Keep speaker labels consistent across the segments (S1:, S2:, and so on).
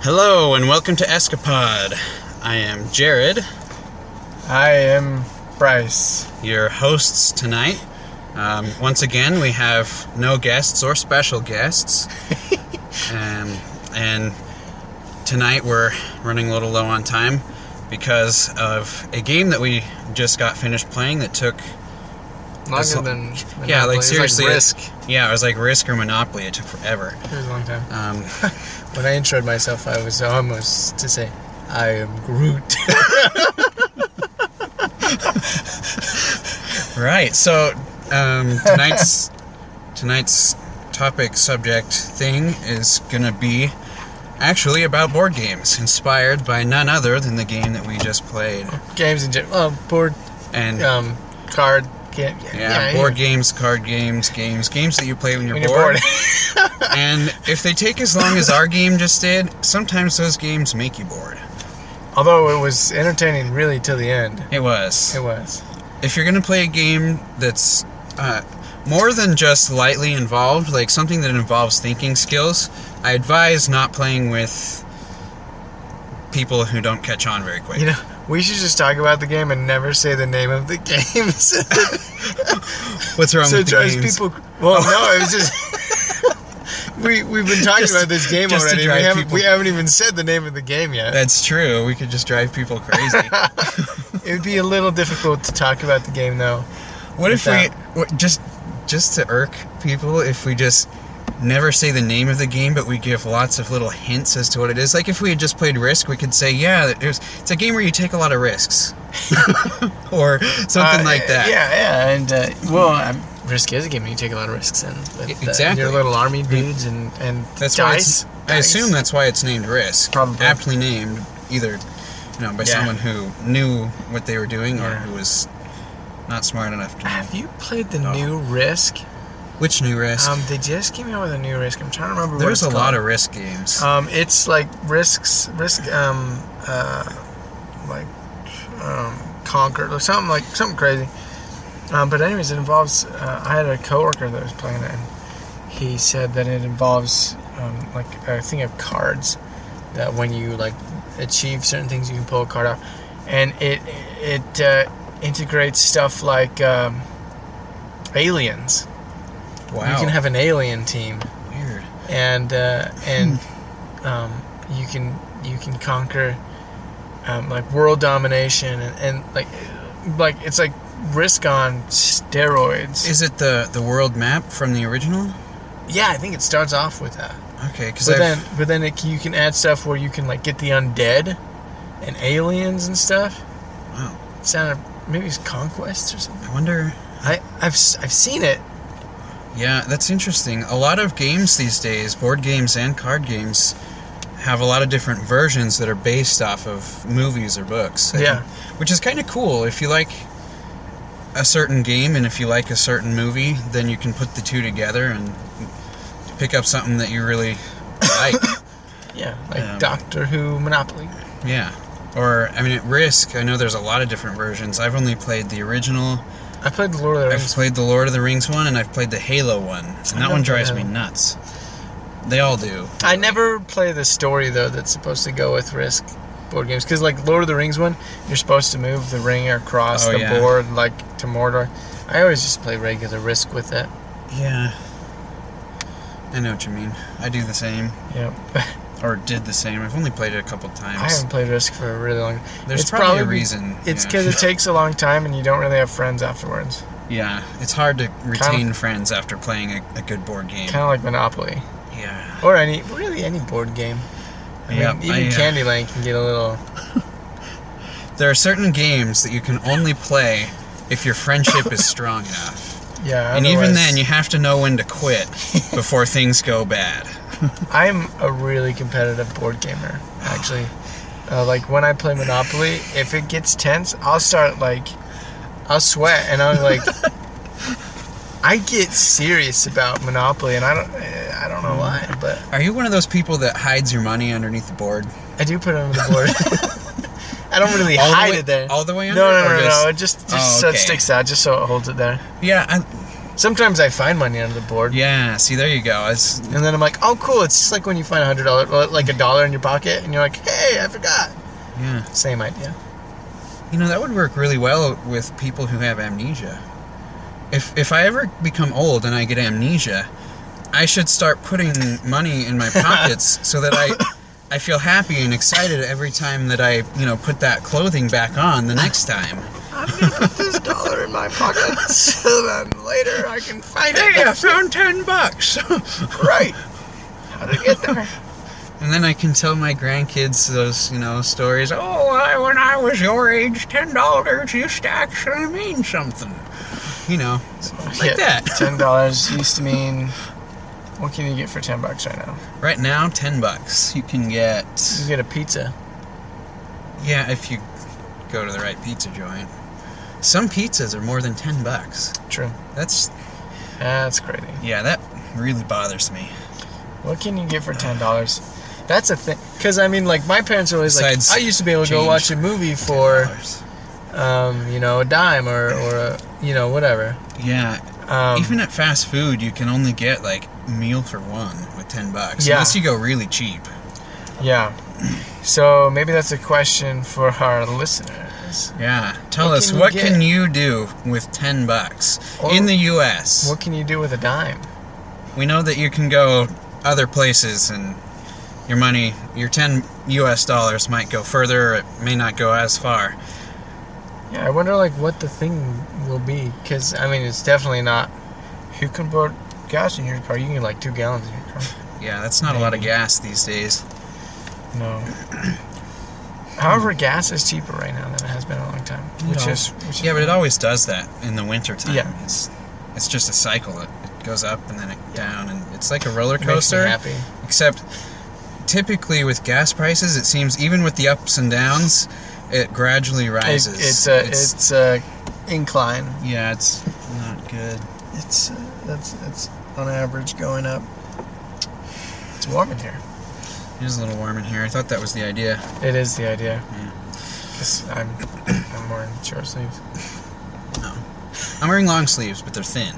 S1: Hello and welcome to Escapade. I am Jared,
S2: I am Bryce.
S1: your hosts tonight. Um, once again, we have no guests or special guests, um, and tonight we're running a little low on time because of a game that we just got finished playing that took That's
S2: Longer
S1: lo-
S2: than Monopoly.
S1: yeah like
S2: It's
S1: seriously it-
S2: risk.
S1: yeah it was like risk or monopoly it took forever
S2: It was a long time.
S1: um,
S2: When I introed myself, I was almost to say, "I am Groot."
S1: Right. So um, tonight's tonight's topic, subject, thing is gonna be actually about board games, inspired by none other than the game that we just played.
S2: Games in general, oh, board,
S1: And yeah,
S2: um, card game.
S1: Hmm. board games, card games, games, games that you play when you're
S2: When you're
S1: bored.
S2: bored.
S1: and if they take as long as our game just did, sometimes those games make you bored.
S2: Although it was entertaining, really, till the end.
S1: It was.
S2: It was.
S1: if you're gonna play a game that's uh, more than just lightly involved, like something that involves thinking skills, I advise not playing with people who don't catch on very quick.
S2: You know, we should just talk about the game and never say the name of the game. so
S1: What's wrong
S2: so it
S1: with the
S2: drives
S1: games?
S2: people. Well, no, it was just. We, we've been talking
S1: Just-
S2: about this game
S1: just to
S2: already.
S1: drive
S2: We haven't,
S1: people-
S2: we haven't even said the name of the game yet.
S1: That's true. We could just drive people crazy.
S2: It would be a little difficult to talk about the game though.
S1: what if we
S2: Without-
S1: what, just just to irk people? If we just never say the name of the game, but we give lots of little hints as to what it is. Like if we had just played Risk, we could say, "Yeah, there's, it's a game where you take a lot of risks," or something
S2: Uh,
S1: like that.
S2: Yeah, yeah, and uh, well, I'm, risk is a game you take a lot of risks in. With, uh,
S1: Exactly.
S2: your little army dudes and and
S1: That's
S2: dice.
S1: why it's, I
S2: Dice.
S1: assume that's why it's named Risk.
S2: Probably.
S1: aptly named, either you know by
S2: Yeah.
S1: someone who knew what they were doing or
S2: Yeah.
S1: who was not smart enough to. Know.
S2: Have you played the
S1: No.
S2: new Risk?
S1: Which new Risk?
S2: Um, they just came out with a new Risk. I'm trying to remember. what
S1: There's
S2: it's
S1: a lot
S2: called.
S1: of Risk games.
S2: Um, it's like risks, risk, um, uh, like um, conquered or something like something crazy. Um, but anyways, it involves. Uh, I had a coworker that was playing it, and he said that it involves um, like a thing of cards that when you like achieve certain things, you can pull a card out, and it it uh, integrates stuff like um, aliens.
S1: wow.
S2: You can have an alien team
S1: Weird.
S2: and uh, and um, you can you can conquer um, like world domination and, and like like it's like risk on steroids.
S1: Is it the the world map from the original?
S2: yeah, I think it starts off with that.
S1: Okay, because
S2: But
S1: I've
S2: then but then it, you can add stuff where you can like get the undead and aliens and stuff.
S1: wow.
S2: It sounded maybe it's conquest or something.
S1: I wonder.
S2: I I've s- I've seen it.
S1: Yeah, that's interesting. A lot of games these days, board games and card games, have a lot of different versions that are based off of movies or books. I
S2: Yeah.
S1: think, Which is kind of cool. If you like a certain game and if you like a certain movie, then you can put the two together and pick up something that you really like.
S2: Yeah, like
S1: Um,
S2: Doctor Who Monopoly.
S1: yeah. Or, I mean, at Risk, I know there's a lot of different versions. I've only played the original.
S2: I played the Lord of the
S1: I've
S2: Rings.
S1: played the Lord of the Rings one, and I've played the Halo one. And that
S2: never
S1: one
S2: played
S1: drives me
S2: Halo.
S1: nuts. They all do.
S2: I never play the story though that's supposed to go with Risk board games because like Lord of the Rings one, you're supposed to move the ring across
S1: Oh,
S2: the
S1: yeah.
S2: board like to Mordor. I always just play regular Risk with it.
S1: Yeah. I know what you mean. I do the same,
S2: Yeah,
S1: or did the same. I've only played it a couple
S2: I
S1: times.
S2: haven't played Risk for a really long.
S1: There's
S2: it's
S1: probably, a
S2: probably-
S1: reason.
S2: It's
S1: yeah.
S2: because it takes a long time and you don't really have friends afterwards.
S1: yeah, it's hard to retain friends after playing a, a good board game.
S2: Kind of like Monopoly
S1: yeah.
S2: or any really any board game. I mean,
S1: Yeah,
S2: even
S1: I, uh,
S2: Candyland can get a little.
S1: There are certain games that you can only play if your friendship is strong enough.
S2: Yeah,
S1: And even
S2: otherwise-
S1: then, you have to know when to quit before things go bad.
S2: I'm a really competitive board gamer, actually. Uh, like when I play Monopoly, if it gets tense, I'll start like, I'll sweat, and I'm like, I get serious about Monopoly, and I don't, eh, I don't know why, but
S1: Are you one of those people that hides your money underneath the board?
S2: I do put it on the board. I don't really
S1: All the
S2: hide
S1: way-
S2: it there.
S1: all the way
S2: No,
S1: under
S2: no,
S1: or
S2: no, no,
S1: just-
S2: no. It just, just
S1: Oh,
S2: so it
S1: okay.
S2: sticks out, just so it holds it there.
S1: Yeah, I,
S2: Sometimes I find money under the board.
S1: Yeah, see, there you go. It's
S2: And then I'm like, oh, cool. It's just like when you find a hundred dollar, like a dollar in your pocket, and you're like, hey, I forgot.
S1: yeah.
S2: Same idea.
S1: You know, that would work really well with people who have amnesia. If if I ever become old and I get amnesia, I should start putting money in my pockets so that I I feel happy and excited every time that I, you know, put that clothing back on the next time.
S2: I'm gonna put this dollar in my pocket so that later I can find
S1: Hey, I found 10 bucks.
S2: Right. How did it get there?
S1: and then I can tell my grandkids those, you know, stories. Oh, I, when I was your age, $10 used to actually mean something. You know, like that.
S2: Ten dollars used to mean. What can you get for ten bucks right now?
S1: Right now, ten bucks. You can
S2: You
S1: get
S2: can get a pizza.
S1: yeah if you go to the right pizza joint. Some pizzas are more than ten bucks.
S2: True.
S1: That's
S2: That's crazy.
S1: yeah, that really bothers me.
S2: What can you get for ten dollars? That's a thing. Cause I mean, like my parents are always
S1: Besides
S2: like, I used to be able to go
S1: change.
S2: watch a movie for,
S1: $10.
S2: um, you know, a dime or or a, you know whatever.
S1: yeah,
S2: Um,
S1: even at fast food, you can only get like meal for one with ten bucks
S2: Yeah.
S1: unless you go really cheap.
S2: yeah. So maybe that's a question for our listeners.
S1: Yeah, tell
S2: What
S1: us
S2: can you
S1: what
S2: get?
S1: can you do with ten bucks
S2: Or-
S1: in the U.S.
S2: What can you do with a dime?
S1: We know that you can go other places and your money, your 10 US dollars might go further, or it may not go as far.
S2: Yeah, I wonder like what the thing will be. Cause I mean, it's definitely not. You can put gas in your car. You can get like two gallons in your car.
S1: Yeah, that's not a lot of
S2: Maybe.
S1: gas these days.
S2: No. However, gas is cheaper right now than it has been in a long time, which
S1: No.
S2: is which is
S1: Yeah, but it always does that in the wintertime.
S2: Yeah.
S1: It's, it's just a cycle. It, it goes up and then it down, and it's like a roller
S2: makes me
S1: coaster.
S2: happy.
S1: Except typically with gas prices, it seems even with the ups and downs, it gradually
S2: It,
S1: rises.
S2: it's a it's, a incline.
S1: yeah, it's not good.
S2: It's uh, that's it's on average going up. It's warm in here.
S1: It is a little warm in here. I thought that was the idea.
S2: It is the idea. Because I'm I'm wearing short sleeves,
S1: I'm wearing long sleeves, but they're thin.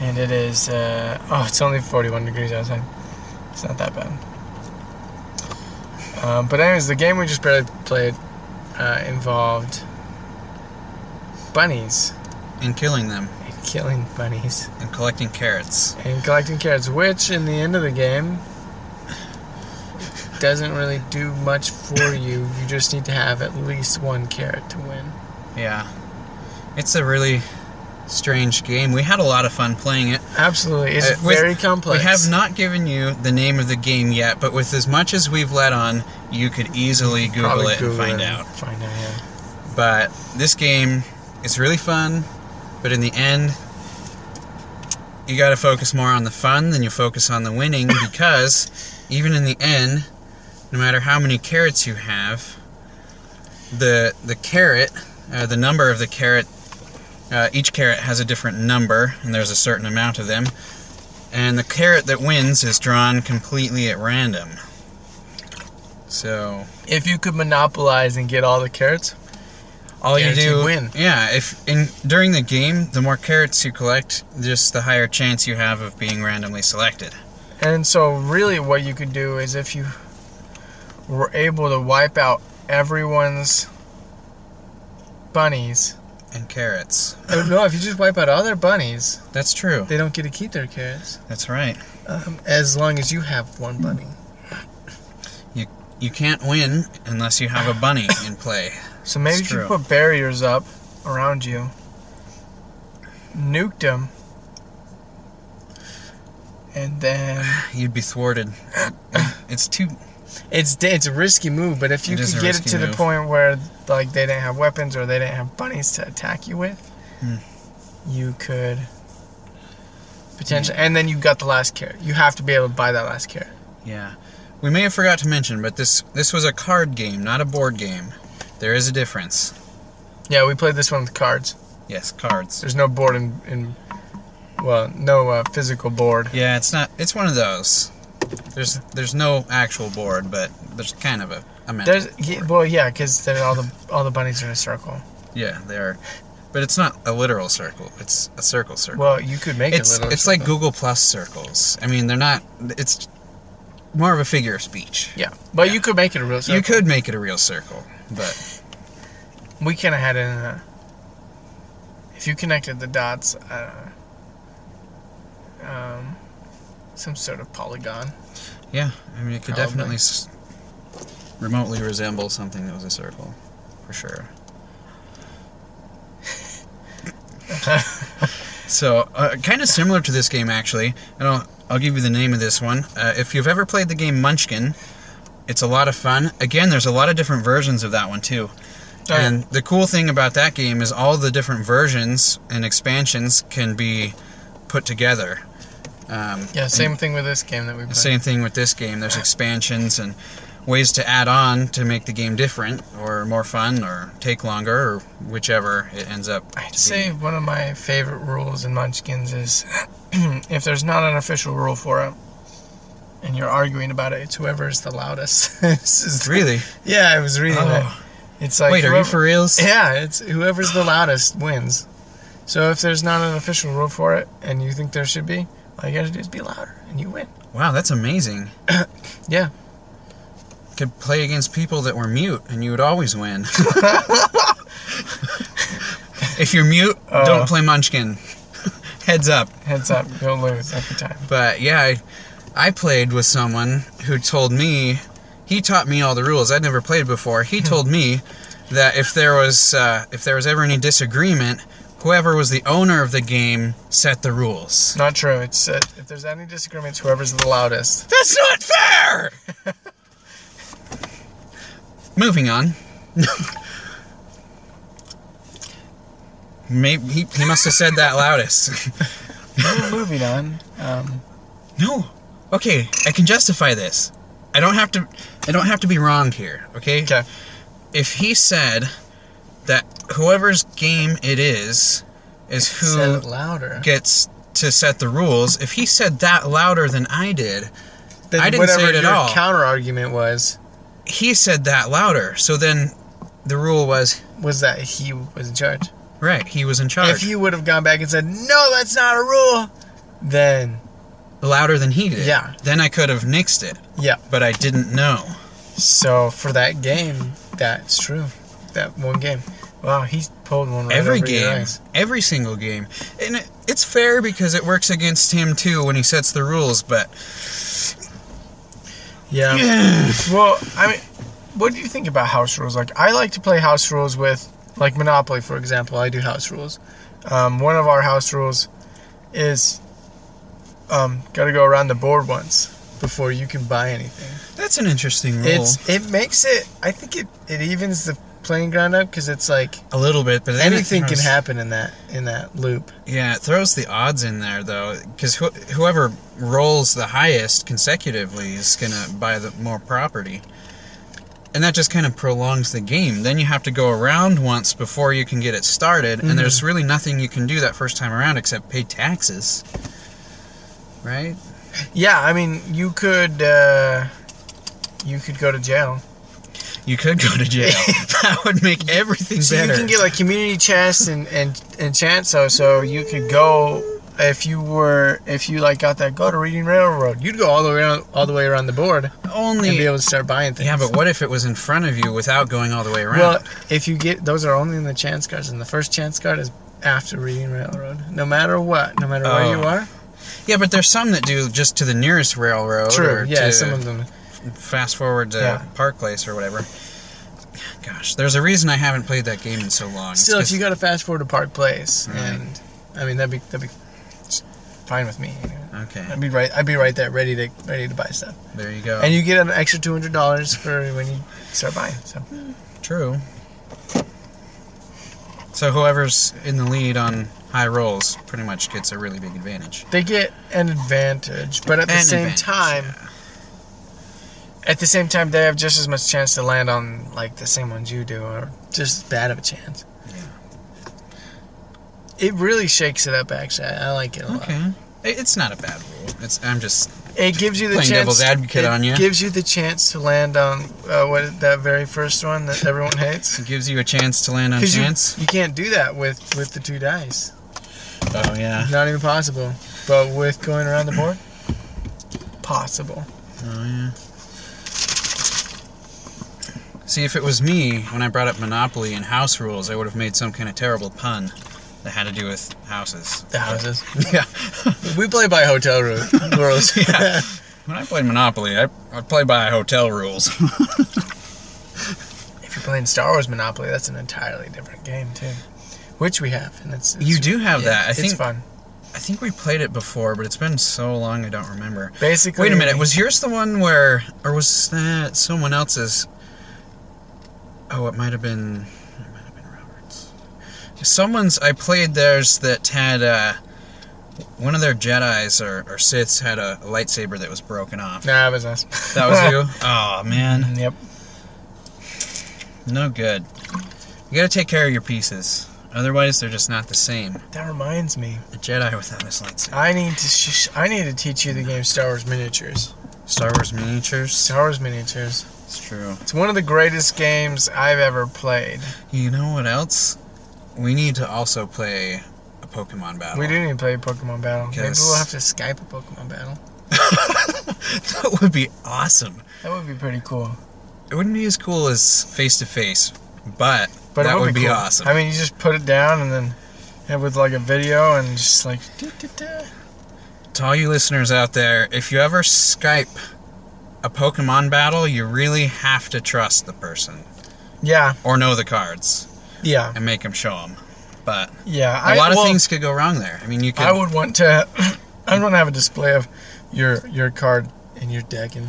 S2: and it is uh, oh it's only 41 degrees outside. It's not that bad. Um, but anyways, the game we just barely played uh, involved bunnies.
S1: and killing them
S2: and killing bunnies
S1: and collecting carrots.
S2: and collecting carrots, which in the end of the game doesn't really do much for you. You just need to have at least one carrot to win.
S1: Yeah. It's a really strange game. We had a lot of fun playing it.
S2: Absolutely, it's
S1: Uh, with-
S2: very complex.
S1: We have not given you the name of the game yet, but with as much as we've let on, you could easily Google
S2: Probably
S1: it and find out.
S2: Find out, yeah.
S1: But this game is really fun, but in the end, you got to focus more on the fun than you focus on the winning because even in the end, no matter how many carrots you have, the the carrot, uh, the number of the carrot, uh, each carrot has a different number, and there's a certain amount of them. And the carrot that wins is drawn completely at random. So
S2: If you could monopolize and get all the carrots,
S1: all you
S2: Guaranteed
S1: do
S2: win.
S1: yeah if in during the game the more carrots you collect just the higher chance you have of being randomly selected
S2: and so really, what you could do is if you were able to wipe out everyone's bunnies.
S1: and carrots
S2: Uh, no, if you just wipe out other bunnies,
S1: that's true
S2: They don't get to keep their carrots.
S1: that's right
S2: Um, as long as you have one bunny.
S1: you can't win unless you have a bunny in play
S2: So maybe
S1: It's
S2: if you
S1: true.
S2: put barriers up around you, nuked them, and then
S1: you'd be thwarted it's too
S2: it's da- it's a risky move. But if you
S1: It is
S2: could
S1: a
S2: get it
S1: risky
S2: to the
S1: move.
S2: point where like they didn't have weapons or they didn't have bunnies to attack you with,
S1: Hmm.
S2: you could potentially.
S1: Hmm.
S2: And then you got the last carrot. You have to be able to buy that last carrot.
S1: yeah we may have forgot to mention but this this was a card game not a board game there is a difference
S2: Yeah, we played this one with cards.
S1: yes cards
S2: There's no board in, in well, no uh, physical board.
S1: yeah it's not it's one of those there's there's no actual board but there's kind of a, a mental
S2: There's ye- well, yeah, because all the all the bunnies are in a circle.
S1: Yeah, they are But it's not a literal circle. It's a circle circle.
S2: Well, you could make
S1: it's
S2: it little.
S1: it's like Google Plus circles. I mean, they're not. It's more of a figure of speech.
S2: Yeah, but you could make it a real. Circle.
S1: You could make it a real circle, but
S2: We kind of had it in a. If you connected the dots, I don't know. Um, some sort of polygon.
S1: yeah, I mean, it could
S2: Probably.
S1: definitely s- remotely resemble something that was a circle, for sure. so, uh, kind of similar to this game, actually. And I'll I'll give you the name of this one. Uh, if you've ever played the game Munchkin, it's a lot of fun. Again, there's a lot of different versions of that one too.
S2: Oh, yeah.
S1: And the cool thing about that game is all the different versions and expansions can be put together. Um,
S2: Yeah, same thing with this game that we played.
S1: same thing with this game. There's expansions and ways to add on to make the game different or more fun or take longer or whichever it ends up. to
S2: I'd
S1: be.
S2: say one of my favorite rules in Munchkins is if there's not an official rule for it, and you're arguing about it, it's whoever is the loudest. this is the-
S1: Really?
S2: yeah, I was reading that.
S1: Oh.
S2: It's like
S1: Wait, are you
S2: whoever-
S1: for reals?
S2: Yeah, it's whoever's the loudest wins. So if there's not an official rule for it, and you think there should be, all you gotta do is be louder, and you win.
S1: Wow, that's amazing.
S2: Yeah.
S1: Could play against people that were mute and you would always win. if you're mute,
S2: Oh.
S1: don't play Munchkin. Heads up.
S2: Heads up, you'll lose every time.
S1: But yeah, I, I played with someone who told me, he taught me all the rules. I'd never played before. He told me that if there was uh, if there was ever any disagreement, whoever was the owner of the game set the rules.
S2: Not true. It's uh, if there's any disagreements, whoever's the loudest.
S1: That's not fair. Moving on. Maybe he, he must have said that loudest.
S2: Moving on. Um,
S1: No. Okay, I can justify this. I don't have to I don't have to be wrong here, okay?
S2: okay.
S1: If he said that whoever's game it is is
S2: Said it
S1: who
S2: louder.
S1: gets to set the rules, if he said that louder than I did,
S2: Then
S1: I didn't
S2: whatever
S1: say it at
S2: your
S1: all.
S2: counter argument was
S1: he said that louder. So then the rule was
S2: was that he was in charge.
S1: right, he was in charge.
S2: If you would have gone back and said, "No, that's not a rule," then
S1: louder than he did.
S2: Yeah.
S1: Then I could have nixed it,
S2: yeah.
S1: but I didn't know.
S2: So for that game, that's true. That one game. Wow, he pulled one right
S1: every
S2: over your
S1: game,
S2: eyes.
S1: every single game, and it, it's fair because it works against him too when he sets the rules. But
S2: Yeah. Well, I mean, what do you think about house rules? Like, I like to play house rules with, like, Monopoly, for example. I do house rules. Um, one of our house rules is um, got to go around the board once before you can buy anything.
S1: that's an interesting rule,
S2: It's it makes it. I think it it evens the playing ground up because it's like
S1: a little bit, but then it
S2: anything can
S1: throws-
S2: happen in that in that loop.
S1: Yeah, it throws the odds in there though, because who whoever rolls the highest consecutively is gonna buy the more property, and that just kind of prolongs the game. Then you have to go around once before you can get it started,
S2: Mm-hmm.
S1: and there's really nothing you can do that first time around except pay taxes, right?
S2: Yeah, I mean, you could uh, you could go to jail.
S1: You could go to jail. that would make everything
S2: So
S1: better.
S2: you can get like community chests and and and chanso. So you could go if you were if you like got that go to Reading Railroad, you'd go all the way around, all the way around the board and be
S1: only.
S2: able to start buying things.
S1: Yeah, but what if it was in front of you without going all the way around?
S2: well, if you get those are only in the chance cards, and the first chance card is after Reading Railroad. No matter what, no matter where you
S1: Oh.
S2: are.
S1: yeah, but there's some that do just to the nearest railroad. Or
S2: True. Yeah,
S1: to
S2: some of them.
S1: Fast forward to
S2: Yeah.
S1: Park Place or whatever. Gosh, there's a reason I haven't played that game in so long. It's
S2: Still, if
S1: 'cause-
S2: you got to fast forward to Park Place,
S1: Right.
S2: and I mean that'd be that'd be fine with me. You know?
S1: okay,
S2: I'd be right. I'd be right there, ready to ready to buy stuff.
S1: there you go.
S2: And you get an extra two hundred dollars for when you start buying. So
S1: True. So whoever's in the lead on high rolls pretty much gets a really big advantage.
S2: they get an advantage, but at the
S1: An
S2: same
S1: advantage,
S2: time, at the same time, they have just as much chance to land on like the same ones you do, or just as bad of a chance. It really shakes it up. Actually, I, I like it a lot.
S1: Okay, It- it's not a bad rule. It's I'm just
S2: It gives you the
S1: Playing
S2: chance.
S1: devil's advocate
S2: it
S1: on ya.
S2: Gives you the chance to land on uh, what that very first one that everyone hates.
S1: It gives you a chance to land on
S2: Because you,
S1: chance.
S2: you can't do that with with the two dice.
S1: oh yeah.
S2: Not even possible. But with going around the board, possible.
S1: Oh yeah. See, if it was me when I brought up Monopoly and house rules, I would have made some kind of terrible pun that had to do with houses.
S2: The houses.
S1: Yeah.
S2: We play by hotel ru- rules.
S1: Yeah. When I played Monopoly, I, I play by hotel rules.
S2: If you're playing Star Wars Monopoly, that's an entirely different game too, which we have, and it's, it's
S1: You do have that. I
S2: it's
S1: think-
S2: fun.
S1: I think we played it before, but it's been so long I don't remember.
S2: Basically,
S1: Wait a minute, was yours the one where, or was that someone else's? Oh, it might have been, it might have been Roberts. Someone's. I played theirs that had uh, one of their Jedi's or, or Siths had a lightsaber that was broken off.
S2: Nah, it was us.
S1: That was you. Oh man,
S2: Yep.
S1: no good. You gotta take care of your pieces, otherwise they're just not the same.
S2: That reminds me.
S1: A Jedi without his lightsaber.
S2: I need to. Sh- I need to teach you the game Star Wars miniatures.
S1: Star Wars miniatures.
S2: Star Wars miniatures.
S1: It's true.
S2: It's one of the greatest games I've ever played.
S1: You know what else? We need to also play a Pokemon battle.
S2: We do need to play Pokemon Battle. Maybe
S1: Yes.
S2: we'll have to Skype a Pokemon Battle.
S1: that would be awesome.
S2: That would be pretty cool.
S1: It wouldn't be as cool as face to face, but
S2: But
S1: that
S2: it would,
S1: would be,
S2: cool.
S1: awesome.
S2: I mean, you just put it down and then yeah, with like a video and just like. duh, duh, duh.
S1: to all you listeners out there, if you ever Skype a Pokemon battle, you really have to trust the person
S2: Yeah,
S1: or know the cards
S2: yeah,
S1: and make them show them. But
S2: yeah.
S1: a
S2: I-
S1: lot of
S2: well,
S1: things could go wrong there. I mean, you could.
S2: I would want to. I'd want to have a display of your your card in your deck and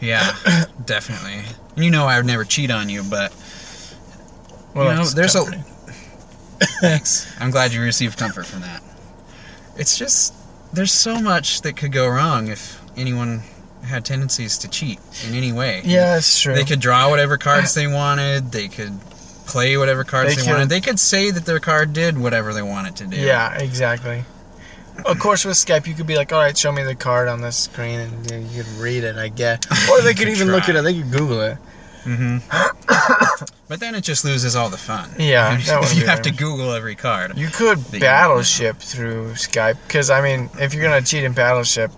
S1: Yeah, definitely. And you know, I would never cheat on you, but You know,
S2: that's
S1: there's a-
S2: comforting.
S1: Thanks. I'm glad you received comfort from that. It's just there's so much that could go wrong if anyone had tendencies to cheat in any way.
S2: Yeah, that's true.
S1: They could draw whatever cards they wanted, they could play whatever cards
S2: They
S1: they, wanted.
S2: could-
S1: They could say that their card did whatever they wanted to do.
S2: Yeah, exactly. Of course, with Skype, you could be like, "All right, show me the card on this screen," and you know, you could read it, I guess. Or they
S1: You
S2: could
S1: could
S2: even look
S1: try.
S2: it up. They could Google it.
S1: Mhm. but then it just loses all the fun.
S2: Yeah, that
S1: if
S2: wouldn't
S1: you
S2: be
S1: have to
S2: very much-
S1: Google every card.
S2: You could
S1: That you-
S2: Battleship through Skype, because I mean, if you're gonna cheat in Battleship,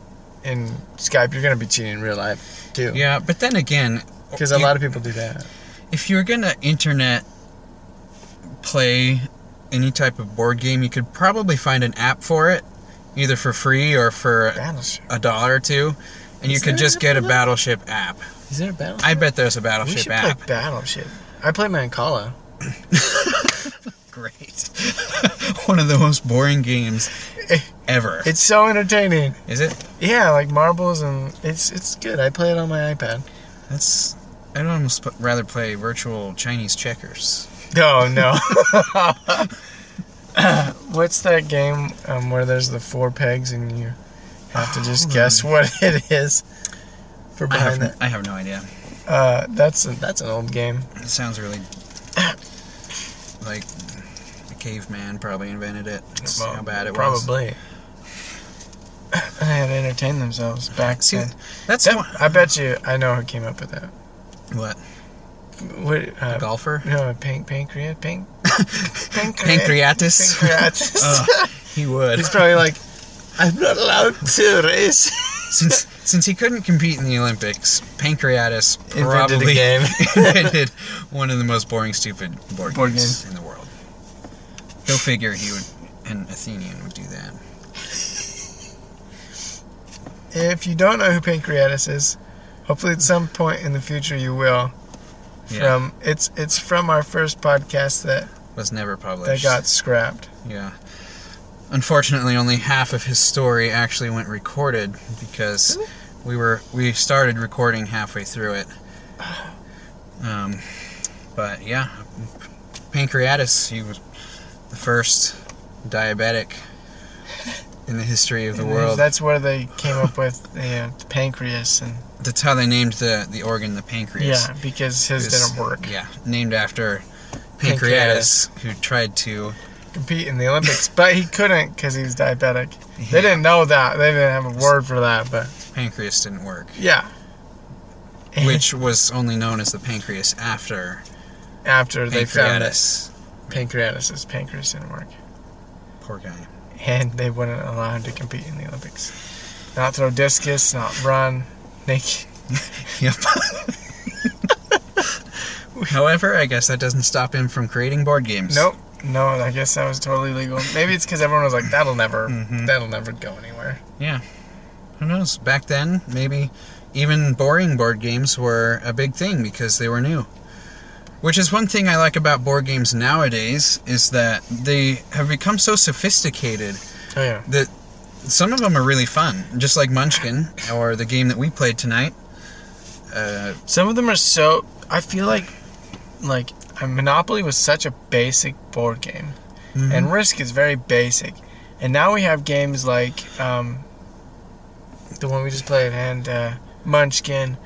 S2: in Skype, you're gonna be cheating in real life too.
S1: yeah, but then again,
S2: Because a
S1: you-
S2: lot of people do that.
S1: if you're gonna internet play any type of board game, you could probably find an app for it, either for free or for
S2: Battleship.
S1: a dollar or two, and you
S2: Is
S1: could
S2: there
S1: just
S2: an
S1: get a
S2: app for that?
S1: battleship app.
S2: Is there a battleship?
S1: I bet there's a
S2: we should
S1: battleship app.
S2: play Battleship. I play Mancala.
S1: Great. One of the most boring games ever.
S2: It's so entertaining.
S1: Is it?
S2: Yeah, like marbles and it's it's good. I play it on my iPad.
S1: That's. I'd almost p- rather play virtual Chinese checkers.
S2: No, no. What's that game um, where there's the four pegs and you have to just guess what it is for
S1: Oh, I
S2: behind
S1: have,
S2: that?
S1: I have no idea.
S2: Uh, that's a, that's an old game.
S1: It sounds really like a caveman probably invented it. That's how bad it was.
S2: Probably. They had to entertain themselves back
S1: See,
S2: then.
S1: that's
S2: That-
S1: one,
S2: I bet you I know who came up with that.
S1: what
S2: What?
S1: a
S2: Uh,
S1: golfer.
S2: no, pan- pancreas, pan- pancreas,
S1: Pancreatus.
S2: pancreas.
S1: Ugh, he would.
S2: He's probably like, I'm not allowed to race.
S1: since since he couldn't compete in the Olympics, Pancreatus
S2: Invented the
S1: probably
S2: game.
S1: invented one of the most boring, stupid board,
S2: Board
S1: games in the world. Go figure. He would, an Athenian would do that.
S2: If you don't know who Pancreatus is, hopefully at some point in the future you will.
S1: Yeah,
S2: From it's it's from our first podcast that
S1: was never
S2: that
S1: published.
S2: got scrapped.
S1: Yeah. Unfortunately, only half of his story actually went recorded because we were we started recording halfway through it. Um, but yeah, pancreatitis. He was the first diabetic in the history of the world.
S2: That's where they came up with you know, the pancreas and
S1: That's how they named the the organ the pancreas.
S2: yeah, because his
S1: It's-
S2: didn't work.
S1: Yeah, named after
S2: Pancreatus.
S1: pancreatitis, who tried to.
S2: Compete in the Olympics, but he couldn't because he was diabetic.
S1: Yeah.
S2: They didn't know that. They didn't have a word for that, but
S1: pancreas didn't work,
S2: Yeah. And
S1: which was only known as the pancreas after
S2: after they found that
S1: pancreatitis.
S2: pancreatitis, pancreas didn't work,
S1: Poor guy.
S2: and they wouldn't allow him to compete in the Olympics. Not throw discus, not run, naked.
S1: Yep. However, I guess that doesn't stop him from creating board games.
S2: Nope. No, I guess that was totally legal. Maybe it's because everyone was like, "That'll never,
S1: Mhm.
S2: that'll never go anywhere."
S1: Yeah. Who knows? Back then, maybe even boring board games were a big thing because they were new. Which is one thing I like about board games nowadays is that they have become so sophisticated
S2: Oh yeah.
S1: that some of them are really fun, just like Munchkin or the game that we played tonight. Uh,
S2: Some of them are so. I feel like, like a Monopoly was such a basic board game,
S1: and
S2: and Risk is very basic, and now we have games like um, the one we just played and uh, Munchkin,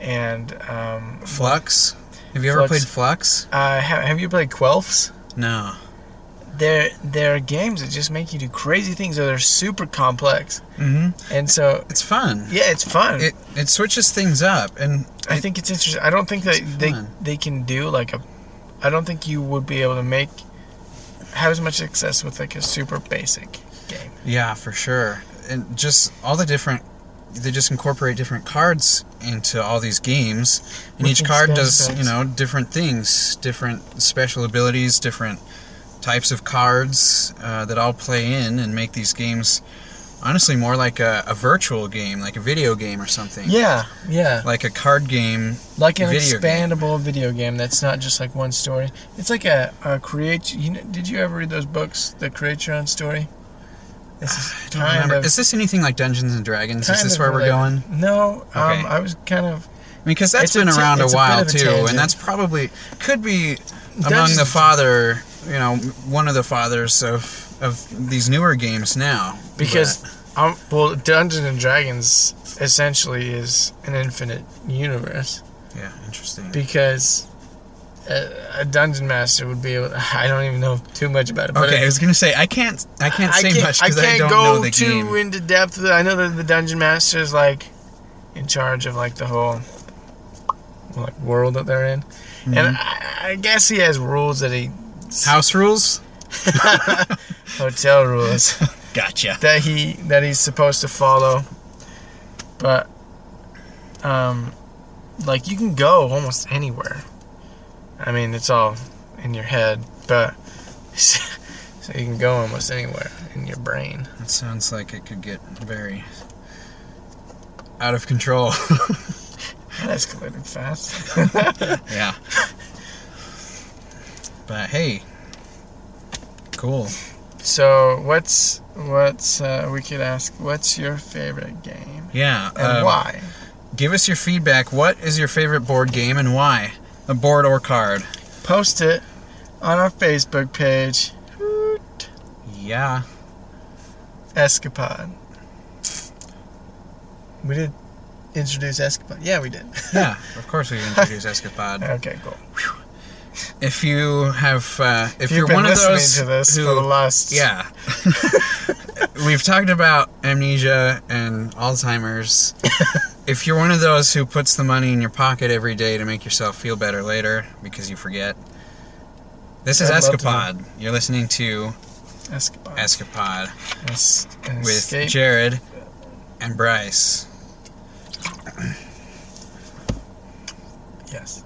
S2: and um,
S1: Flux. Have you ever
S2: Flux.
S1: played Flux?
S2: uh, have, have you played Quelfs?
S1: No.
S2: They're they're games that just make you do crazy things, or they're super complex,
S1: Mm-hmm.
S2: and so
S1: It's fun.
S2: yeah, it's fun.
S1: It it switches things up, and
S2: I think it's interesting. I don't think that
S1: It's
S2: they
S1: fun.
S2: they can do like a. I don't think you would be able to make have as much success with like a super basic game.
S1: Yeah, for sure. And just all the different they just incorporate different cards into all these games. And
S2: With
S1: each card does,
S2: expansions.
S1: you know, different things, different special abilities, different types of cards uh, that all play in and make these games honestly more like a, a virtual game, like a video game or something.
S2: Yeah, yeah,
S1: Like a card game.
S2: like an
S1: Video game.
S2: expandable video game that's not just like one story. It's like a, a create. You know, did you ever read those books that create your own story? This is
S1: I don't
S2: kind
S1: remember.
S2: of.
S1: Is this anything like Dungeons and Dragons? Is
S2: kind
S1: this
S2: of
S1: where we're
S2: related.
S1: going?
S2: No,
S1: Okay.
S2: um, I was kind of
S1: Because that's
S2: It's a
S1: been
S2: ta-
S1: around a
S2: it's a bit
S1: while
S2: of a
S1: too,
S2: tangent.
S1: and that's probably could be among
S2: Dungeons
S1: the
S2: and-
S1: father, you know, one of the fathers of of these newer games now.
S2: because um, well, Dungeons and Dragons essentially is an infinite universe.
S1: But, yeah, interesting.
S2: because a, a dungeon master would be able. I don't even know too much about it. But
S1: okay, I was gonna say I can't I can't say much because I, don't
S2: go
S1: know the
S2: too
S1: game.
S2: into depth. with it. I know that the dungeon master is like in charge of like the whole like world that they're in,
S1: Mm-hmm.
S2: and I, I guess he has rules that he
S1: House rules.
S2: hotel rules.
S1: Gotcha.
S2: that he that he's supposed to follow. But um like you can go almost anywhere. I mean, it's all in your head, but so you can go almost anywhere in your brain.
S1: That sounds like it could get very out of control.
S2: That escalated fast.
S1: yeah. But hey, cool.
S2: so, what's what's uh, we could ask? What's your favorite game
S1: Yeah.
S2: and
S1: um,
S2: why?
S1: Give us your feedback. What is your favorite board game and why? A board or card?
S2: Post it on our Facebook page, Hoot
S1: Yeah.
S2: Escapade. We did introduce Escapade. Yeah, we did.
S1: Yeah, of course we introduce Escapade.
S2: okay, cool.
S1: If you have, uh, if
S2: If you've
S1: you're
S2: been
S1: one of
S2: listening
S1: those
S2: to this
S1: who,
S2: for the last
S1: yeah, we've talked about amnesia and Alzheimer's. if you're one of those who puts the money in your pocket every day to make yourself feel better later because you forget, this is
S2: I'd love to know.
S1: Escapade. You're listening to
S2: Escapade,
S1: Escapade.
S2: Es-
S1: with
S2: escape.
S1: Jared and Bryce.
S2: yes,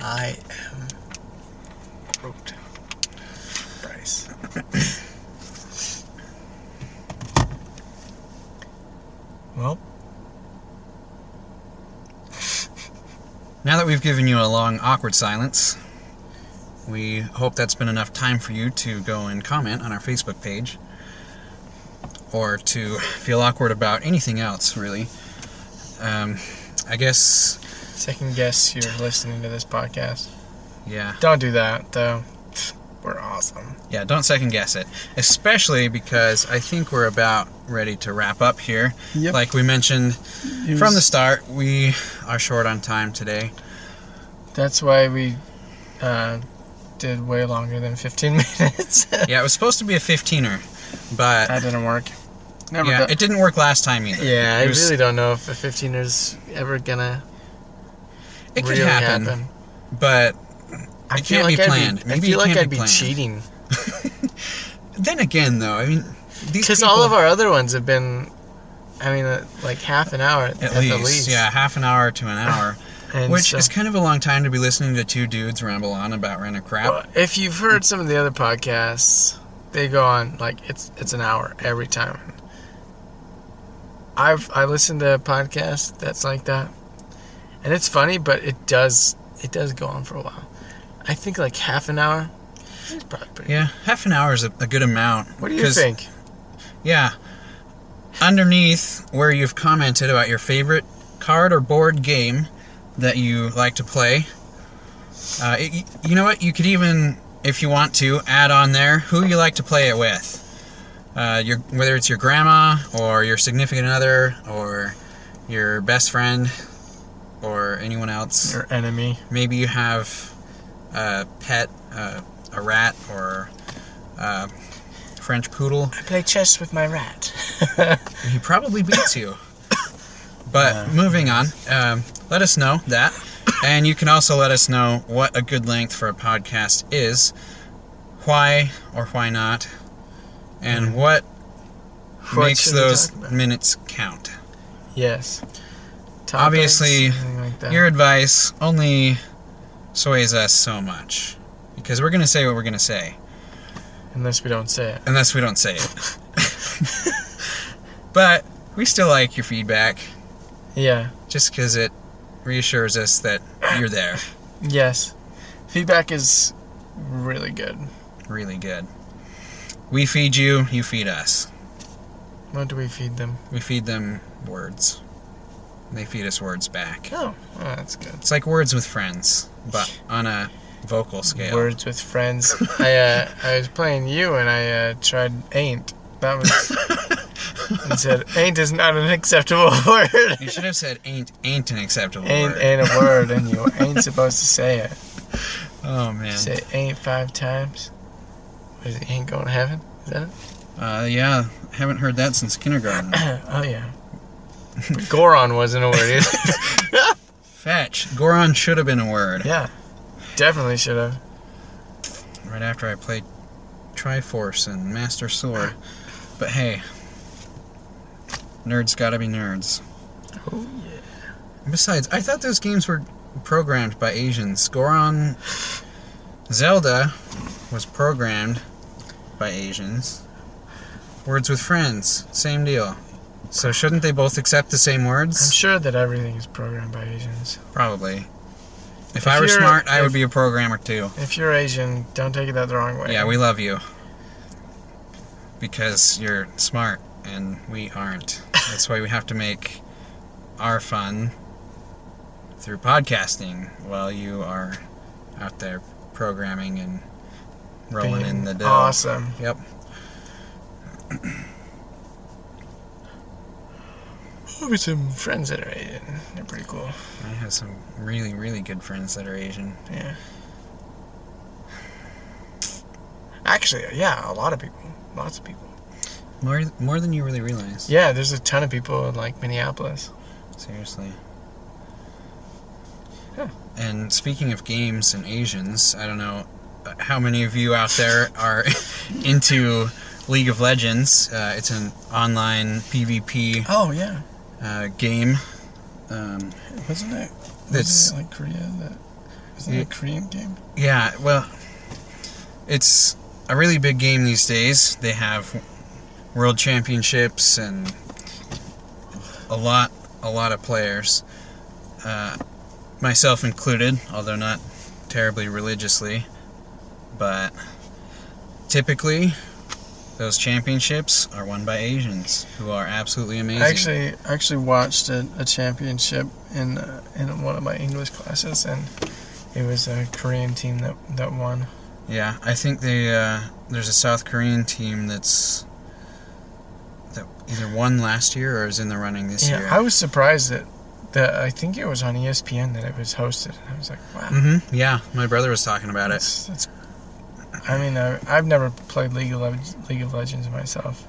S2: I am Groot. Bryce. well,
S1: Now that we've given you a long, awkward silence, we hope that's been enough time for you to go and comment on our Facebook page or to feel awkward about anything else, really. Um, I guess,
S2: second guess you're listening to this podcast.
S1: yeah.
S2: Don't do that, though. We're awesome.
S1: Yeah, don't second guess it. Especially because I think we're about ready to wrap up here.
S2: Yep.
S1: Like we mentioned from the start, we are short on time today.
S2: That's why we uh, did way longer than 15 minutes.
S1: Yeah, it was supposed to be a 15er, but
S2: that didn't work. Never
S1: yeah,
S2: got-
S1: it didn't work last time either.
S2: yeah, I
S1: It was-
S2: really don't know if a 15er's ever gonna
S1: it could
S2: really
S1: happen, but
S2: I
S1: It
S2: feel
S1: can't
S2: like
S1: be
S2: I'd
S1: planned.
S2: I
S1: Maybe
S2: feel
S1: it
S2: like
S1: can't
S2: I'd
S1: be
S2: be
S1: planned.
S2: cheating
S1: then again, though, I mean, these
S2: because all
S1: people-
S2: of our other ones have been. I mean, uh, like half an hour at,
S1: at,
S2: at
S1: least,
S2: the least.
S1: yeah, half an hour to an hour,
S2: And
S1: which
S2: so-
S1: is kind of a long time to be listening to two dudes ramble on about rent a crap.
S2: Well, if you've heard some of the other podcasts, they go on like it's it's an hour every time. I've I listened to a podcast that's like that, and it's funny, but it does it does go on for a while. I think like half an hour. It's probably pretty.
S1: yeah, half an hour is a, a good amount.
S2: What do you
S1: 'cause-
S2: think?
S1: Yeah, underneath where you've commented about your favorite card or board game that you like to play, uh, it, y- you know what? You could even, if you want to, add on there who you like to play it with. Uh, your whether it's your grandma or your significant other or your best friend or anyone else.
S2: Your enemy.
S1: maybe you have a pet, uh, a rat, or a French poodle.
S2: I play chess with my rat.
S1: He probably beats you. But moving on, um, let us know that. And you can also let us know what a good length for a podcast is, why or why not, and what
S2: Mm. What
S1: makes
S2: should we
S1: those
S2: talk about?
S1: minutes count.
S2: yes. Topics,
S1: Obviously,
S2: anything like that.
S1: Your advice only sways us so much because we're going to say what we're going to say.
S2: unless we don't say it.
S1: unless we don't say it. but we still like your feedback
S2: Yeah.
S1: just because it reassures us that you're there.
S2: Yes. Feedback is really good.
S1: Really good. We feed you, you feed us.
S2: What do we feed them?
S1: We feed them words. They feed us words back.
S2: Oh, well, that's good.
S1: It's like words with friends, but on a vocal scale.
S2: Words with friends. I uh, I was playing you and I uh, tried ain't. That was and said ain't is not an acceptable word.
S1: You should have said ain't ain't an acceptable
S2: Ain't
S1: word.
S2: ain't a word, and you ain't supposed to say it.
S1: Oh man.
S2: Say ain't five times. What is it, ain't going to heaven? Is that it?
S1: Uh, yeah, haven't heard that since kindergarten.
S2: oh yeah. But Goron wasn't a word. Either.
S1: Fetch. Goron should have been a word.
S2: yeah, definitely should have.
S1: right after I played Triforce and Master Sword. But hey, nerds gotta be nerds.
S2: Oh,
S1: yeah. Besides, I thought those games were programmed by Asians. Goron. Zelda was programmed by Asians. Words with Friends, same deal. So shouldn't they both accept the same
S2: I'm
S1: words?
S2: sure that everything is programmed by Asians.
S1: Probably. If,
S2: If
S1: I were
S2: you're-
S1: smart, I
S2: if-
S1: would be a programmer too.
S2: If you're Asian, don't take it that the wrong way.
S1: Yeah, we love you. Because you're smart and we aren't. That's why we have to make our fun through podcasting while you are out there programming and rolling
S2: Being
S1: in the dough.
S2: Awesome.
S1: Yep.
S2: Probably some friends that are Asian. They're pretty cool.
S1: I have some really, really good friends that are Asian.
S2: Yeah. Actually, yeah, a lot of people. Lots of people.
S1: More, more than you really realize.
S2: Yeah, there's a ton of people in like Minneapolis.
S1: Seriously.
S2: Yeah.
S1: And speaking of games and Asians, I don't know uh, how many of you out there are into League of Legends. Uh, it's an online PvP
S2: Oh yeah,
S1: uh, game. Um,
S2: wasn't it?
S1: That's-
S2: like Korea? That
S1: Yeah.
S2: a Korean game?
S1: yeah, well, it's a really big game these days. They have world championships and a lot, a lot of players, uh, myself included, although not terribly religiously. But typically, those championships are won by Asians, who are absolutely amazing.
S2: I actually actually watched a, a championship in uh, in one of my English classes, and it was a Korean team that that won.
S1: Yeah, I think they uh, there's a South Korean team that's that either won last year or is in the running this
S2: Yeah,
S1: year.
S2: I was surprised that that I think it was on E ESPN that it was hosted. I was like, wow.
S1: mm-hmm. Yeah, my brother was talking about it.
S2: That's, that's, I mean, I, I've never played League of, Leg- League of Legends myself.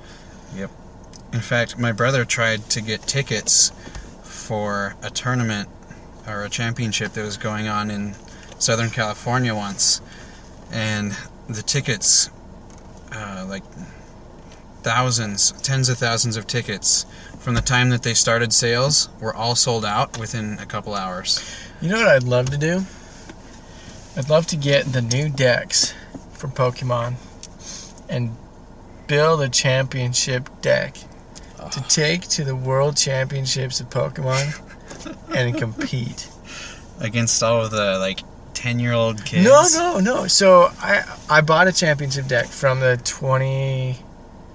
S1: In fact, my brother tried to get tickets for a tournament or a championship that was going on in Southern California once, and the tickets, uh, like thousands, tens of thousands of tickets from the time that they started sales, were all sold out within a couple hours.
S2: You know what I'd love to do? I'd love to get the new decks from Pokemon and build a championship deck to take to the world championships of Pokemon and compete.
S1: Against all of the like ten-year-old kids.
S2: No, no, no. So I I bought a championship deck from the 20,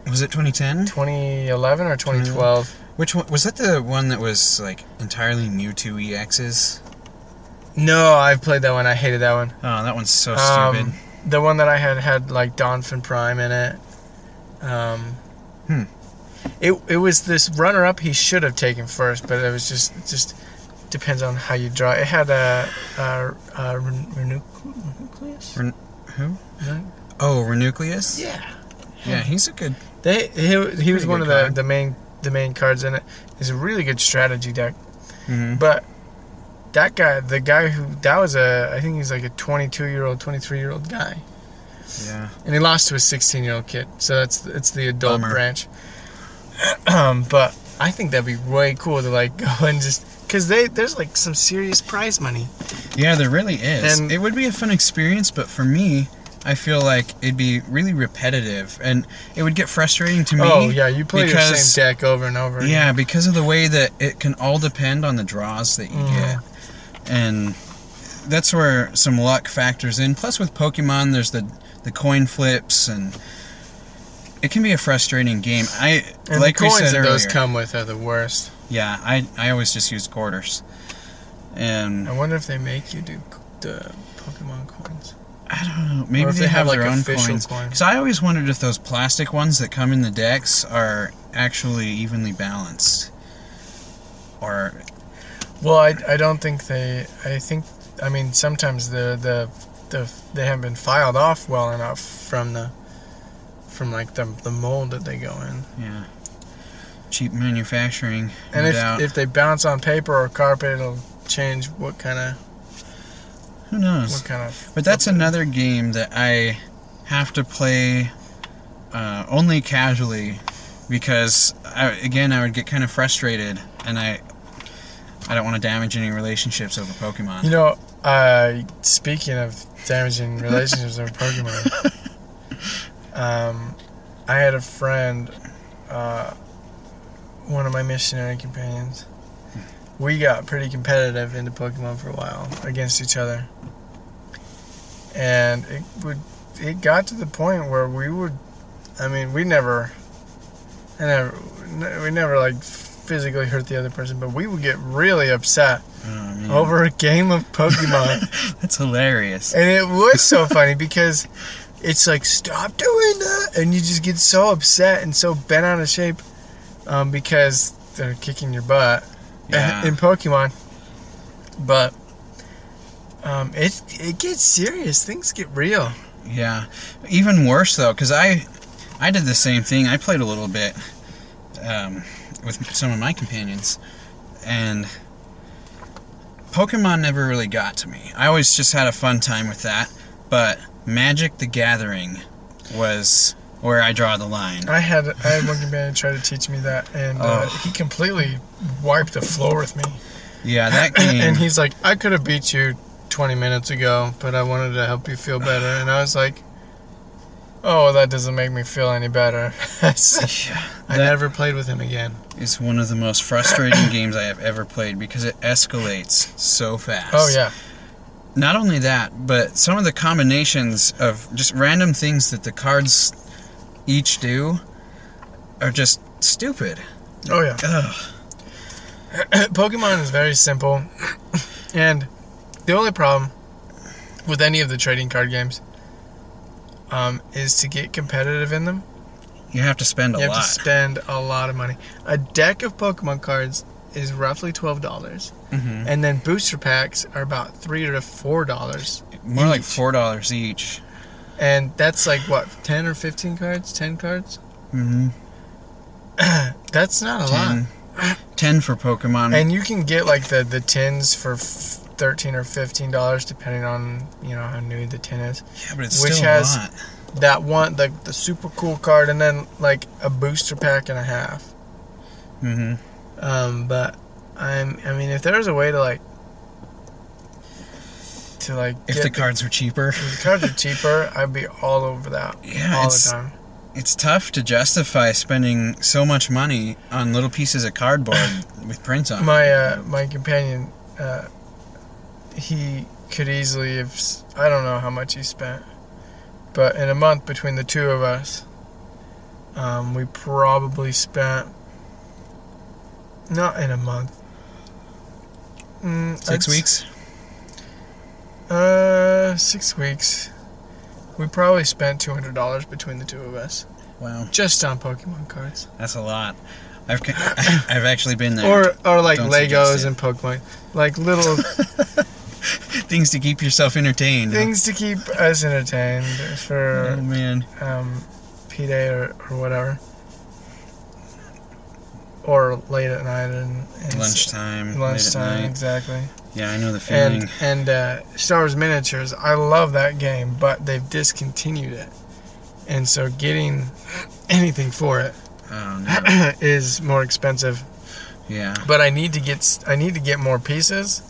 S1: Was it 2010?
S2: 2011 or 2012.
S1: Which one was that? The one that was like entirely E Mewtwo EXs.
S2: No, I've played that one. I hated that one.
S1: Oh, that one's so
S2: Um,
S1: stupid.
S2: The one that I had had like Donphin Prime in it. Um,
S1: Hmm.
S2: It it was this runner up he should have taken first, but it was just it just depends on how you draw. It had a, a, a Ren- Renucleus.
S1: Ren- Who?
S2: No?
S1: Oh, Renucleus.
S2: Yeah.
S1: yeah, he's a good.
S2: They he, he was
S1: Pretty
S2: one
S1: good
S2: of the,
S1: card.
S2: the main the main cards in it. It's a really good strategy deck,
S1: mhm.
S2: but. That guy, the guy who that was a, I think he's like a 22 year old, 23 year old guy.
S1: Yeah.
S2: and he lost to a 16 year old kid. So that's it's the adult
S1: Bummer.
S2: branch. um, but I think that'd be way cool to like go and just because they there's like some serious prize money.
S1: Yeah, there really is.
S2: And-
S1: it would be a fun experience, but for me, I feel like it'd be really repetitive, and it would get frustrating to me.
S2: oh yeah, you play your
S1: because-
S2: same deck over and over. again.
S1: Yeah, because of the way that it can all depend on the draws that you
S2: Mhm.
S1: get, and that's where some luck factors in. Plus, with Pokemon, there's the the coin flips, and it can be a frustrating game. I
S2: and
S1: like
S2: the coins
S1: we said
S2: that
S1: earlier.
S2: those come with are the worst.
S1: yeah, I I always just use quarters, and
S2: I wonder if they make you do c- the Pokemon coins.
S1: I don't know. Maybe
S2: if
S1: they,
S2: they
S1: have,
S2: have, like,
S1: their own
S2: official
S1: coins.
S2: coins.
S1: Because I always wondered if those plastic ones that come in the decks are actually evenly balanced, or
S2: Well, I, I don't think they. I think I mean sometimes the the the they haven't been filed off well enough from the from like the the mold that they go in.
S1: yeah, cheap manufacturing.
S2: And
S1: no
S2: if,
S1: doubt.
S2: if they bounce on paper or carpet, it'll change what kind of
S1: who knows?
S2: what kind of.
S1: But that's another game that I have to play uh, only casually because I, again I would get kind of frustrated and I I don't want to damage any relationships over Pokemon.
S2: You know, uh, speaking of damaging relationships over Pokemon, um, I had a friend, uh, one of my missionary companions. We got pretty competitive into Pokemon for a while against each other, and it would it got to the point where we would, I mean, we never, I never, we never like physically hurt the other person, but we would get really upset
S1: Oh, man.
S2: over a game of Pokemon.
S1: That's hilarious.
S2: And it was so funny because it's like, stop doing that. And you just get so upset and so bent out of shape um, because they're kicking your butt
S1: Yeah.
S2: in Pokemon. But um, it, it gets serious. Things get real.
S1: Yeah, even worse though, because I, I did the same thing. I played a little bit, um, with some of my companions, and Pokemon never really got to me. I always just had a fun time with that, but Magic the Gathering was where I draw the line.
S2: I had I had one companion try to teach me that, and uh,
S1: Oh.
S2: he completely wiped the floor with me.
S1: Yeah, that game.
S2: and he's like, I could have beat you 20 minutes ago, but I wanted to help you feel better. And I was like, Oh, well, that doesn't make me feel any better. I
S1: yeah, that
S2: never played with him again.
S1: is one of the most frustrating games I have ever played because it escalates so fast.
S2: Oh yeah,
S1: not only that, but some of the combinations of just random things that the cards each do are just stupid.
S2: oh yeah.
S1: Ugh.
S2: Pokemon is very simple, and the only problem with any of the trading card games um, is to get competitive in them.
S1: You have to spend a
S2: you have
S1: lot.
S2: to spend a lot of money. A deck of Pokemon cards is roughly twelve dollars,
S1: Mhm.
S2: and then booster packs are about three to four dollars.
S1: More like four dollars each. Mm-hmm.
S2: and that's like what 10 or 15 cards 10 cards
S1: hmm
S2: That's not a lot.
S1: 10, 10 for Pokemon.
S2: And you can get like the the tins for f- thirteen or fifteen dollars, depending on you know how new the tin is.
S1: yeah, but it's
S2: which
S1: still
S2: has-
S1: a lot.
S2: That one, the the super cool card, and then like a booster pack and a half.
S1: hmm
S2: Um, but I'm I mean, if there's a way to like to like
S1: If the cards were cheaper,
S2: if the cards are cheaper, I'd be all over that
S1: Yeah,
S2: all the
S1: it's-
S2: time.
S1: it's tough to justify spending so much money on little pieces of cardboard with prints on. it.
S2: my uh, my companion, uh, he could easily have. s- I don't know how much he spent, but in a month between the two of us, um, we probably spent. Not in a month. Mm,
S1: 6
S2: I'd s-
S1: weeks.
S2: Uh, six weeks. We probably spent two hundred dollars between the two of us,
S1: Wow,
S2: just on Pokemon cards,
S1: that's a lot. I've ca- I've actually been there.
S2: or or like
S1: Don't suggest
S2: Legos
S1: it.
S2: and Pokemon, like little
S1: things to keep yourself entertained.
S2: things to keep us entertained
S1: Oh
S2: for
S1: man,
S2: um, P Day or, or whatever. Or late at night and, and
S1: lunchtime,
S2: Lunchtime,
S1: late at night.
S2: exactly.
S1: Yeah, I know the feeling.
S2: And and uh, Star Wars Miniatures, I love that game, but they've discontinued it, and so getting anything for it
S1: oh no.
S2: is more expensive.
S1: Yeah.
S2: But I need to get s- I need to get more pieces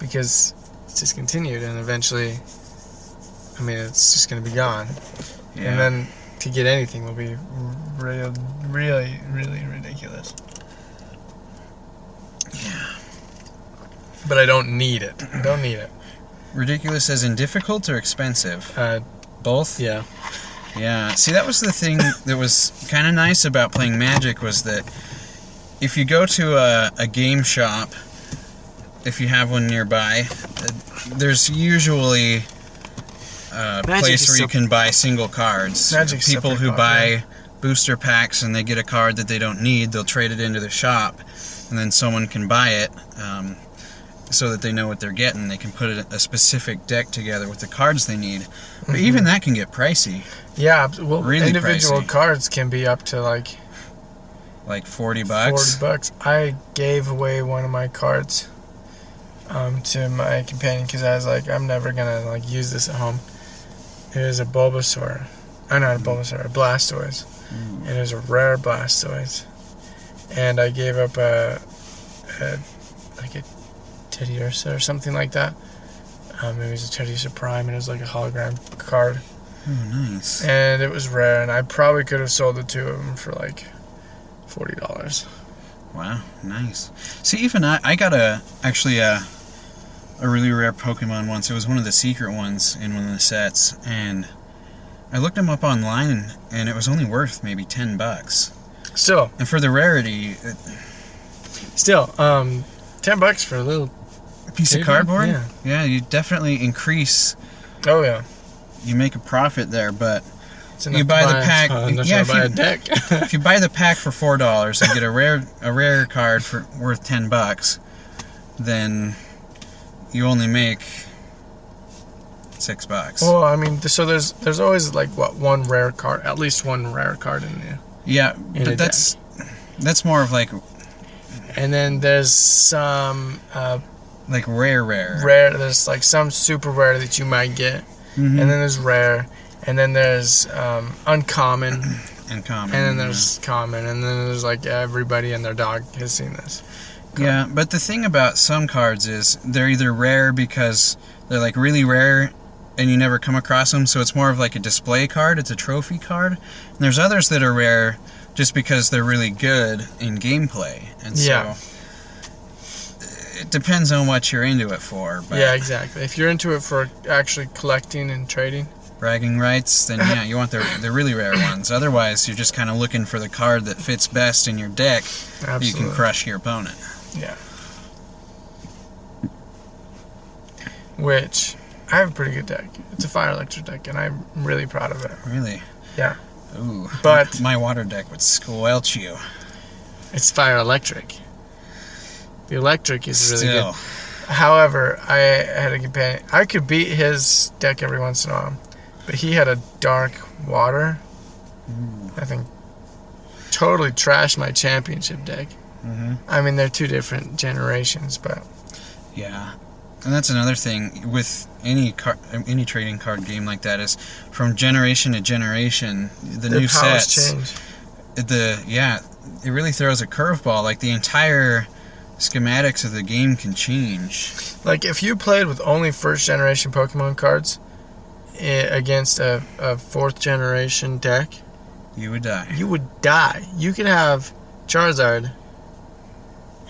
S2: because it's discontinued, and eventually, I mean, it's just gonna be gone.
S1: yeah.
S2: and then to get anything will be real, really, really ridiculous.
S1: Yeah.
S2: But I don't need it. I don't need it.
S1: ridiculous as in difficult or expensive.
S2: Uh,
S1: Both.
S2: yeah.
S1: Yeah. See, that was the thing that was kind of nice about playing Magic was that if you go to a, a game shop, if you have one nearby, uh, there's usually a
S2: Magic
S1: place
S2: is
S1: where you
S2: so-
S1: can buy single cards.
S2: Magic's so
S1: People who
S2: popular,
S1: buy booster packs and they get a card that they don't need, they'll trade it into the shop, and then someone can buy it. Um, so that they know what they're getting, they can put it- a specific deck together with the cards they need. But
S2: Mm-hmm.
S1: even that can get pricey.
S2: Yeah. abs- Well,
S1: Really
S2: individual
S1: pricey.
S2: cards can be up to like
S1: like 40 bucks.
S2: forty bucks. I gave away one of my cards um, to my companion because I was like, I'm never gonna like use this at home. It is a Bulbasaur. I not a Bulbasaur, a Blastoise. It is a rare Blastoise, and I gave up a, a like a Teddy Ursa or something like that. Um, it was a Teddy Ursa Prime, and it was like a hologram card,
S1: Oh, nice.
S2: and it was rare. And I probably could have sold the two of them for like forty dollars.
S1: Wow, nice. See, even I, I got a actually a a really rare Pokemon once. It was one of the secret ones in one of the sets, and I looked them up online, and it was only worth maybe 10 bucks.
S2: Still,
S1: And for the rarity,
S2: Still, um, ten bucks for a little.
S1: a piece of
S2: Maybe,
S1: cardboard.
S2: yeah.
S1: yeah, you definitely increase.
S2: Oh yeah,
S1: You make a profit there, but
S2: it's
S1: You
S2: enough to
S1: buy the
S2: buy-
S1: pack-
S2: uh, enough
S1: yeah,
S2: to
S1: if
S2: buy
S1: you-
S2: a deck.
S1: if you buy the pack for four dollars and get a rare a rare card for worth ten bucks, then you only make six bucks.
S2: well, I mean, th- so there's there's always like what one rare card, at least one rare card in there,
S1: yeah,
S2: a
S1: but
S2: deck.
S1: that's that's more of like
S2: and then there's some uh,
S1: like rare rare.
S2: rare. There's like some super rare that you might get,
S1: Mhm.
S2: and then there's rare, and then there's um, uncommon, and
S1: in common.
S2: then there's common, and then there's like everybody and their dog has seen this.
S1: yeah, but the thing about some cards is they're either rare because they're like really rare and you never come across them, so it's more of like a display card, it's a trophy card. And there's others that are rare just because they're really good in gameplay. And so
S2: Yeah.
S1: it depends on what you're into it for. But
S2: Yeah, exactly. If you're into it for actually collecting and trading.
S1: bragging rights, then yeah, you want the the really rare ones. Otherwise, you're just kind of looking for the card that fits best in your deck. that You can crush your opponent.
S2: Yeah. Which I have a pretty good deck. It's a fire electric deck, and I'm really proud of it.
S1: Really?
S2: Yeah.
S1: Ooh.
S2: But-
S1: my water deck would squelch you.
S2: It's fire electric. The electric is really
S1: Still.
S2: good. However, I had a companion. I could beat his deck every once in a
S1: Mm.
S2: while, but he had a dark water. I think totally trashed my championship deck.
S1: Mm-hmm.
S2: I mean, they're two different generations, but
S1: Yeah, and that's another thing with any car, any trading card game like that is from generation to generation the
S2: their
S1: new
S2: powers
S1: sets
S2: change.
S1: the yeah it really throws a curveball like the entire schematics of the game can change.
S2: Like if you played with only first generation Pokemon cards i- against a, a fourth generation deck,
S1: You would die.
S2: you would die. You could have Charizard,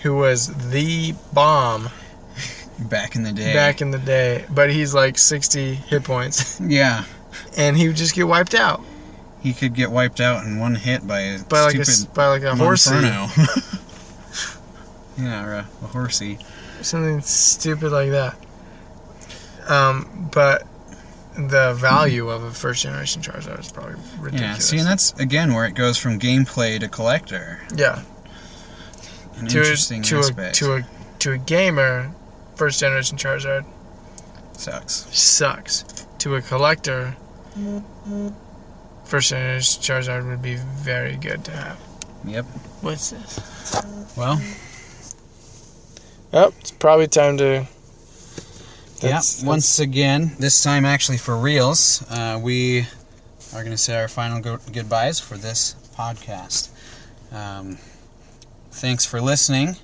S2: who was the bomb
S1: Back in the day.
S2: back in the day, but he's like 60 hit points,
S1: Yeah.
S2: and he would just get wiped out
S1: He could get wiped out in one hit by a
S2: by like a s-
S1: stupid
S2: by like a horsey,
S1: Monferno. yeah, or a, a horsey.
S2: something stupid like that. Um, but the value of a first generation Charizard is probably
S1: Yeah.
S2: ridiculous.
S1: See, and that's again where it goes from gameplay to collector.
S2: yeah.
S1: An
S2: to
S1: interesting
S2: a, to
S1: aspect.
S2: A, to a to a gamer, first generation Charizard
S1: Sucks.
S2: sucks. To a collector, first generation Charizard would be very good to have.
S1: Yep.
S2: What's this?
S1: Well,
S2: Oh, it's probably time to.
S1: yeah. Once again, this time actually for reals, uh, we are going to say our final go- goodbyes for this podcast. Um, thanks for listening.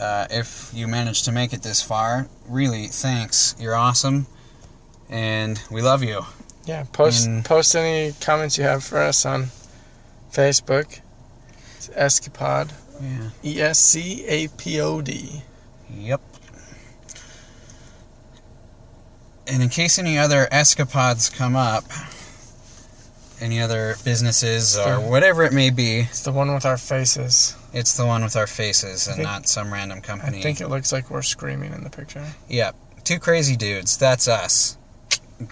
S1: Uh, if you managed to make it this far, really, thanks. You're awesome, and we love you.
S2: yeah. Post
S1: Mm.
S2: post any comments you have for us on Facebook. It's Escapod.
S1: Yeah.
S2: E S C A P O D.
S1: Yep. And in case any other escapades come up, any other businesses or
S2: Sure.
S1: whatever it may be,
S2: It's the one with our faces.
S1: it's the one with our faces and
S2: think-
S1: not some random
S2: I
S1: company.
S2: think it looks like we're screaming in the picture.
S1: Yep. Two crazy dudes. That's us.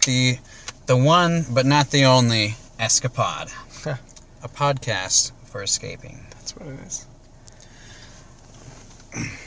S1: The the one but not the only escapade.
S2: Huh.
S1: A podcast for escaping.
S2: That's what it is.